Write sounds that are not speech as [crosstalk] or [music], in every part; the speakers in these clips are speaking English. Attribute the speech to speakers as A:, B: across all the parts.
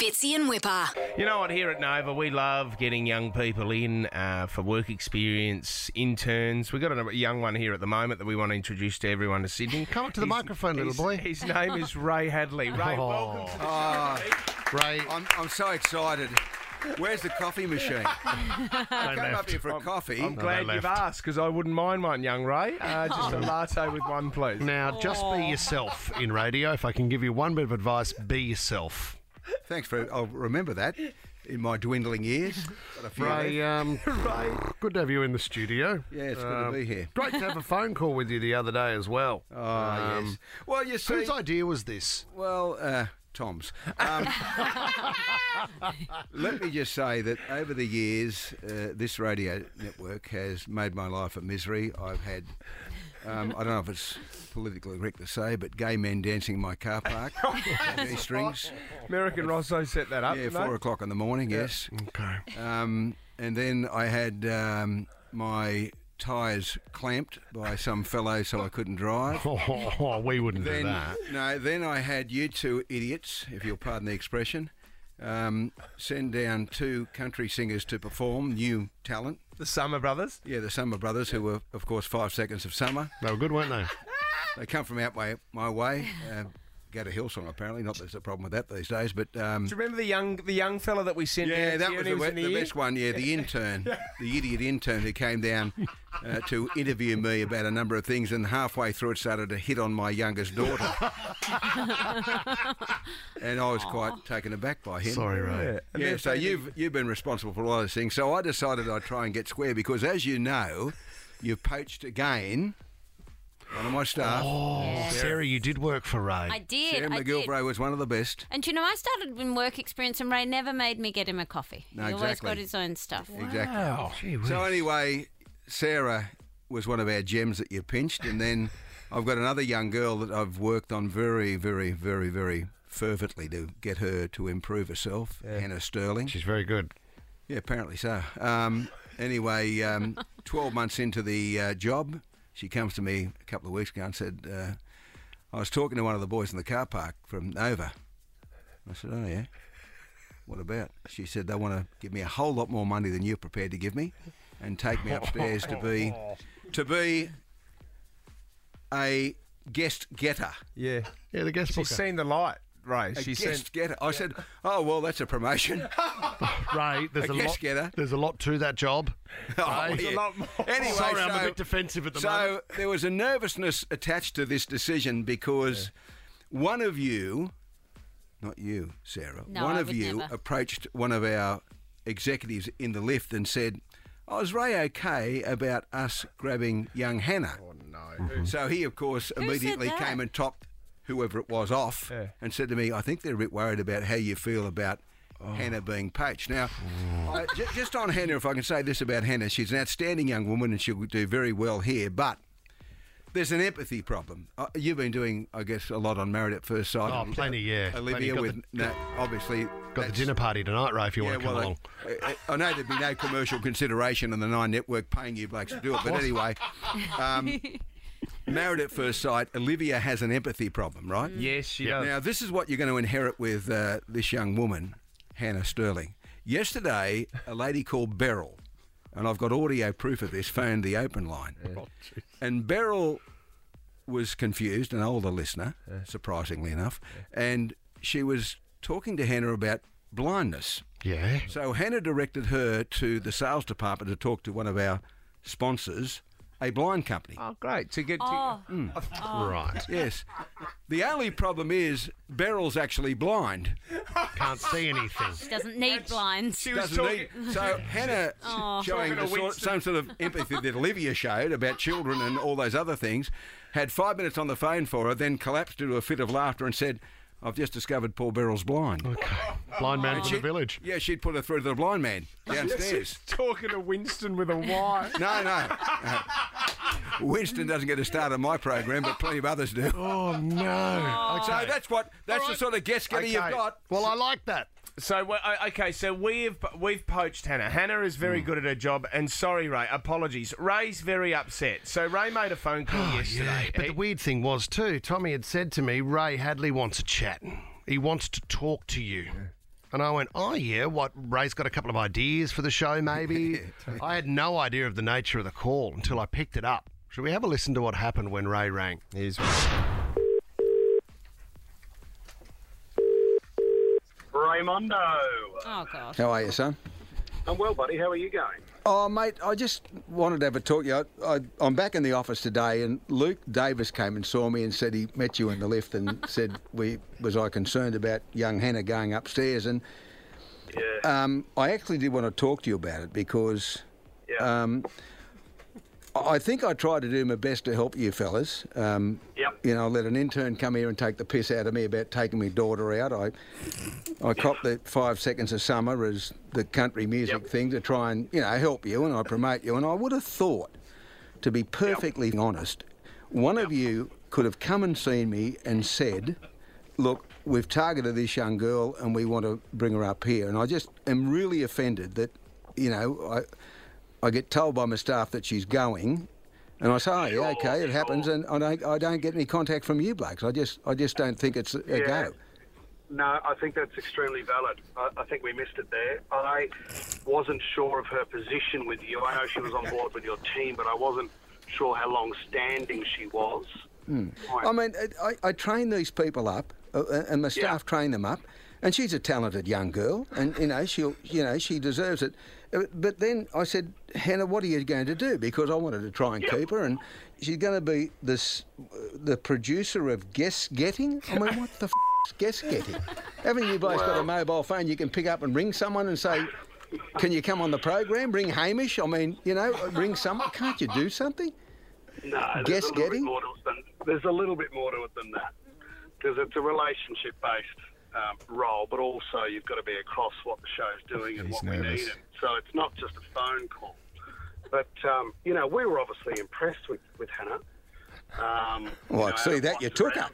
A: Fitzy and Whipper.
B: You know what? Here at Nova, we love getting young people in uh, for work experience, interns. We've got a young one here at the moment that we want to introduce to everyone to Sydney.
C: Come up to the
B: His-
C: microphone, little
B: his-
C: boy.
B: His name is Ray Hadley. Ray,
C: Oh.
B: welcome to the show. mate.
C: Ray,
D: I'm, I'm so excited. Where's the
B: [laughs]
D: coffee machine? I
C: don't
D: came up
C: left.
D: here for a coffee.
B: I'm glad
C: they
B: you've
C: left.
B: asked because I wouldn't mind one, young Ray. Uh, just a latte with one, please.
C: Now, just be yourself in radio. If I can give you one bit of advice, be yourself.
D: Thanks for. I'll remember that in my dwindling years. Got a few
C: Ray,
D: left.
C: um,
B: Ray,
C: good to have you in the studio.
D: Yeah, it's good to
C: Um,
D: be here.
C: Great to have a phone call with you the other day as well. Um,
D: Oh, yes. Well, you see.
C: Whose idea was this?
D: Well, uh, Tom's. Um, [laughs] let me just say that over the years, uh, this radio network has made my life a misery. I've had, um, I don't know if it's politically correct to say, but gay men dancing in my car
B: [laughs]
D: park, on E strings.
B: American Rosso set that up.
D: Yeah,
B: didn't
D: four
B: they?
D: o'clock in the morning. Yes.
C: Uh, Okay.
D: Um, and then I had um, my tyres clamped by some fellow, so I couldn't
C: [laughs]
D: drive.
C: Oh, we wouldn't
D: Then
C: do that.
D: no, then I had you two idiots, if you'll pardon the expression, um, send down two country singers to perform new talent.
B: The Summer Brothers.
D: Yeah, the Summer Brothers, who were, of course, Five Seconds of Summer.
C: They were good, weren't they?
D: They come from out my my way. Uh, go to Hillsong, apparently. Not that there's a problem with that these days, but um,
B: Do you remember the young the young fella that we sent?
D: Yeah,
B: down
D: that
B: to you
D: was
B: and
D: the,
B: he was
D: we-
B: in
D: the
B: ear?
D: best one.
C: [laughs]
D: Yeah, the intern, the idiot intern who came down uh, to interview me about a number of things, and halfway through it started to hit on my
C: [laughs]
D: youngest daughter, and I was quite taken aback by him.
C: Sorry, Ray.
B: Yeah. And
D: Yeah,
B: there's
D: so
B: David.
D: you've you've been responsible for all those things. So I decided I'd try and get square because, as you know, you've poached again one of my staff.
C: Oh, Sarah, you did work for Ray.
E: I did.
D: Sarah
E: I did.
D: McGilvray was one of the best.
E: And do you know, I started in work experience, and Ray never made me get him a coffee.
D: No,
E: he always
D: exactly.
E: got his own stuff.
D: Exactly.
C: Wow. Oh, Gee whiz.
D: So anyway, Sarah was one of our gems that you pinched,
C: [laughs]
D: and then I've got another young girl that I've worked on very, very, very, very fervently to get her to improve herself. Hannah Sterling.
C: She's very good.
D: Yeah, apparently so. Um, anyway, um, twelve months into the uh, job, she comes to me a couple of weeks ago and said, uh, "I was talking to one of the boys in the car park from Nova." I said, "Oh yeah." What about? She said they want to give me a whole lot more money than you're prepared to give me, and take me upstairs to be, to be a guest getter.
B: yeah.
C: Yeah, the guest
B: She's seen the light, Ray.
D: A
B: She's seen.
D: guest getter. I said, "Oh well, that's a promotion."
C: [laughs] Ray, there's
D: a
C: a,
D: guest
C: lot.
D: getter.
C: There's a lot to that job.
D: Oh,
B: There's a
D: yeah.
B: lot more.
D: Anyway,
C: Sorry, I'm
D: so-
C: a bit defensive at the moment.
D: So there was a nervousness attached to this decision because one of you, not you, Sarah,
E: No,
D: one
E: I
D: of
E: would
D: you
E: never.
D: approached one of our executives in the lift and said, "Oh, is Ray okay about us grabbing young Hannah?" Oh no! So he, of course, immediately
E: that?
D: came and topped whoever it was off
B: Yeah.
D: and said to me, "I think they're a bit worried about how you feel about."
C: Oh.
D: Hannah being
C: [sighs]
D: poached. Now, I, ju- just on Hannah, if I can say this about Hannah, she's an outstanding young woman and she'll do very well here, but there's an empathy problem. Uh, you've been doing, I guess, a lot on Married at First Sight. uh,
C: Oh, plenty, yeah. Plenty.
D: Olivia
C: Got
D: with
C: the-
D: no, obviously
C: Got the
D: that's-
C: dinner party tonight, Ray, if you
D: Yeah,
C: want to come
D: well,
C: along.
D: I, I- I know there'd be no commercial consideration on the Nine Network paying you blokes to do it, but anyway, um, Married at First Sight. Olivia has an empathy problem, right?
B: Yes, she does.
D: Now, this is what you're going to inherit with uh, this young woman, Hannah Sterling. Yesterday, a lady called Beryl, and I've got audio proof of this, phoned the open line.
B: Oh,
D: and Beryl was confused, an older listener, surprisingly enough, and she was talking to Hannah about blindness.
C: Yeah.
D: So Hannah directed her to the sales department to talk to one of our sponsors, a blind company.
B: Oh, great. To get to,
E: Oh,
C: Right.
D: Yes. The only problem is Beryl's actually blind.
C: Can't see anything.
E: he doesn't need blinds.
B: She was
D: Doesn't
B: talking.
D: need. So Hannah showing
B: Talking to
D: the sort,
B: Winston.
D: some sort of empathy that Olivia showed about children and all those other things, had five minutes on the phone for her, then collapsed into a fit of laughter and said, "I've just discovered Paul Beryl's blind."
C: Blind man from the village.
D: Yeah, she'd put her through to the blind man
B: [laughs]
D: downstairs.
B: Talking to Winston with a Y.
D: No, no. no. Winston doesn't get a start on my program, but plenty of others do.
C: Oh no.
D: So that's what that's the sort of guest getting you've
B: Okay.
D: got.
C: Well, I like that.
B: [laughs] So well, I- okay, so we've we've poached Hannah. Hannah is very good at her job, and sorry, Ray. Apologies. Ray's very upset. So Ray made a [gasps] phone call yesterday.
C: But
B: He-
C: the weird thing was too, Tommy had said to me, Ray Hadley wants a chat. He wants to talk to you. And I went, oh, yeah, what? Ray's got a couple of ideas for the show,
D: [laughs]
C: maybe? I had no idea of the nature of the call until I picked it up. Should we have a listen to what happened when Ray rang?
B: Here's one.
A: Raymondo.
E: Oh, gosh.
D: How are you, son?
A: I'm well, buddy. How are you going?
D: Oh, mate, I just wanted to have a talk. to You, I, I, I'm back in the office today, and Luke Davis came and saw me and said he met you in the lift and said, "We was I concerned about young Hannah going upstairs?" And
A: Yeah.
D: um, I actually did want to talk to you about it because
A: yeah.
D: um, I I think I tried to do my best to help you fellas. Um,
A: Yep.
D: You know, I let an intern come here and take the piss out of me about taking my daughter out. I, I copped the five seconds of summer as the country music
A: Yep.
D: thing to try and you know help you and I promote you. And I would have thought, to be perfectly honest, one of you could have come and seen me and said, "Look." We've targeted this young girl and we want to bring her up here. And I just am really offended that, you know, I, I get told by my staff that she's going, and I say, oh, yeah,
A: Sure,
D: okay, it happens,
A: sure.
D: and I don't, I don't get any contact from you blokes. I just, I just don't think it's a
A: Yeah.
D: go.
A: No, I think that's extremely valid. I, I think we missed it there. I wasn't sure of her position with you. I know she was on board with your team, but I wasn't sure how long standing she was. Right.
D: Hmm. I mean, it- I, I train these people up, uh, uh, and my staff train them up, and she's a talented young girl, and you know she'll, you know, she deserves it. Uh, But then I said, Hannah, what are you going to do? Because I wanted to try and keep her, and she's going to be this, the producer of guess getting. I mean, what the f- is guess getting? Haven't you guys got a mobile phone you can pick up and ring someone and say? Can you come on the program? Ring Hamish. I mean, you know, uh, ring someone. Can't you do something?
A: No,
D: Guess
A: there's a little
D: getting?
A: Bit more to it than, there's a little bit more to it than that because it's a relationship based um, role, but also you've got to be across what the show's doing and
B: He's
A: what we
B: nervous.
A: need. And so it's not just a phone call. But um, you know, we were obviously impressed with with Hannah. Um,
D: Well, I see that you took
A: up.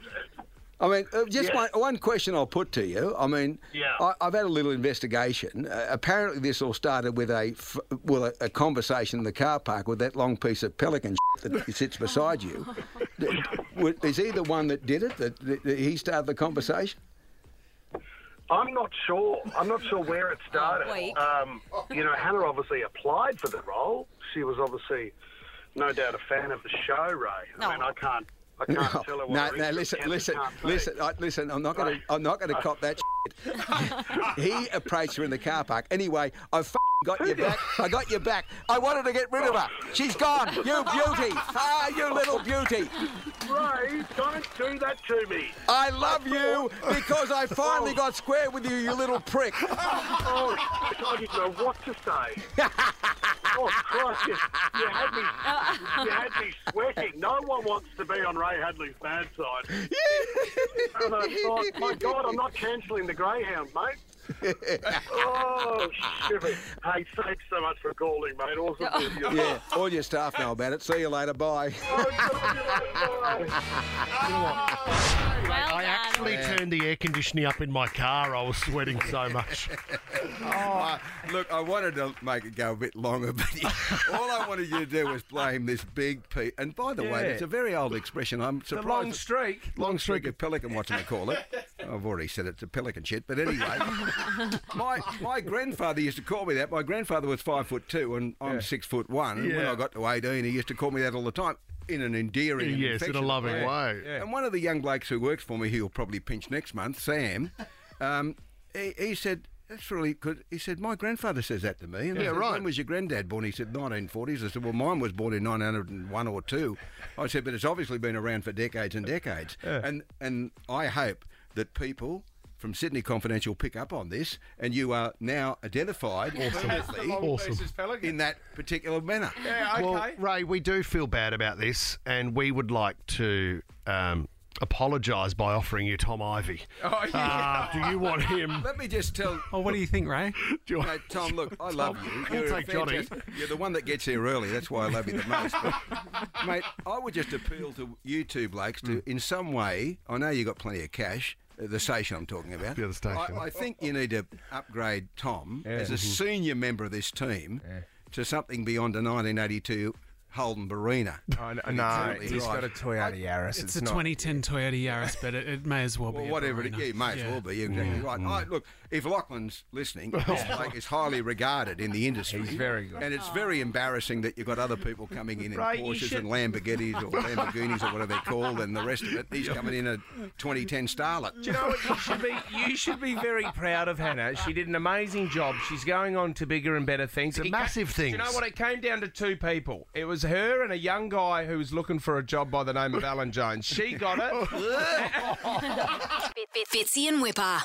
D: I mean, uh, just
A: Yeah.
D: one, one question I'll put to you. I mean,
A: Yeah.
D: I, I've had a little investigation. Uh, apparently, this all started with a f- well, a, a conversation in the car park with that long piece of pelican that [laughs] sits beside you. D- w- Is he the one that did it? That, that that he started the conversation?
A: I'm not sure. I'm not sure where it started.
E: Oh, weak.
A: um, you know, Hannah obviously applied for the role. She was obviously, no doubt, a fan of the show, Ray. I mean,
E: No.
A: I can't, I can't tell
D: no,
A: her what her
D: no.
A: interest
D: Listen,
A: is and
D: listen,
A: can't be.
D: listen, I, listen. I'm not going to. I'm not going to cop
A: [laughs]
D: that. shit. he approached her in the car park. Anyway, I f- got your back. I got your back. I wanted to get rid of her. She's gone. You beauty. Ah, you little beauty.
A: Ray, don't do that to me.
D: I love you because I finally got square with you, you little
A: [laughs]
D: prick.
A: Oh, I didn't know what to say. oh, Christ, you, you had me, you had me sweating. No one wants to be on Ray Hadley's bad side. and I thought, my God, I'm not cancelling the Greyhound, mate. oh, shivers. Hey, thanks so much for calling, mate. Awesome. to hear you.
D: Yeah, all your staff know about it. See you later. Bye.
A: Oh, God, you know, bye.
E: Well
C: I
E: done.
C: actually turned the air conditioning up in my car. I was sweating
D: [laughs]
C: so much.
D: Look, I wanted to make it go a bit longer, but [laughs] all I wanted you to do was blame this big P. And by the way,
B: Yeah.
D: it's a very old expression. I'm surprised.
B: Long
D: it-
B: streak.
D: Long streak of pelican, what do
C: [laughs]
D: they call it? I've already said it's a pelican shit, but anyway, my my grandfather used to call me that. My grandfather was five foot two, and I'm six foot one. And when
B: Yeah.
D: I got to eighteen, he used to call me that all the time in an endearing, and
C: yes, in a
D: affectionate
C: loving
D: way.
C: way.
D: And one of the young blokes who works for me, who will probably pinch next month, Sam, [laughs] um, he, he said, that's really good. He said, my grandfather says that to me. And I
C: Yeah,
D: said,
C: right.
D: When was your granddad born? He said, 1940s. I said, well, mine was born in 901 or 2. I said, but it's obviously been around for decades and decades. And, and I hope that people from Sydney Confidential pick up on this and you are now identified permanently
C: Awesome.
D: in that particular manner.
B: Oh, Yeah, okay.
C: Well, Ray, we do feel bad about this, and we would like to um, apologise by offering you Tom Ivy.
B: Oh, yeah.
C: Uh, do you want him?
D: Let me just tell
F: Oh, what do you think, Ray?
C: Do you
D: No,
C: want,
D: Tom, look, I love you.
C: I'll
D: You're, a
C: take Johnny.
D: fantastic- You're the one that gets here early. That's why I love you the most. But, mate, I would just appeal to you two blokes to, in some way, I know you've got plenty of cash, uh, the station I'm talking about.
C: The other station.
D: I, I think you need to upgrade Tom as a senior member of this team to something beyond a 1982 Holden Barina.
B: I know, no,
D: Absolutely
B: he's
D: right.
B: got a Toyota Yaris.
F: It's,
B: It's,
F: a
B: not,
D: [laughs]
F: 2010 Toyota Yaris, but it, it may as well
D: Well,
F: be. a
D: whatever it
F: Barina.
D: is, yeah, you may as well be. You're exactly right.
B: Mm.
D: I, look, if Lachlan's listening,
B: [laughs]
D: this bloke is highly regarded in the industry.
B: He's very good.
D: And it's very embarrassing that you've got other people coming in in
B: Right, you
D: Porsches
B: should-
D: and Lamborghinis or Lamborghinis or whatever they're called and the rest of it. He's coming in a 2010 Starlet.
B: Do you know what you should be? You should be very proud of Hannah. She did an amazing job. She's going on to bigger and better things. It ca-
C: massive
B: Do you know
C: things.
B: what? It came down to two people. It was her and a young guy who was looking for a job
C: [laughs] Oh.
B: by the name of Alan Jones. She got it.
G: Bitsy and Whipper.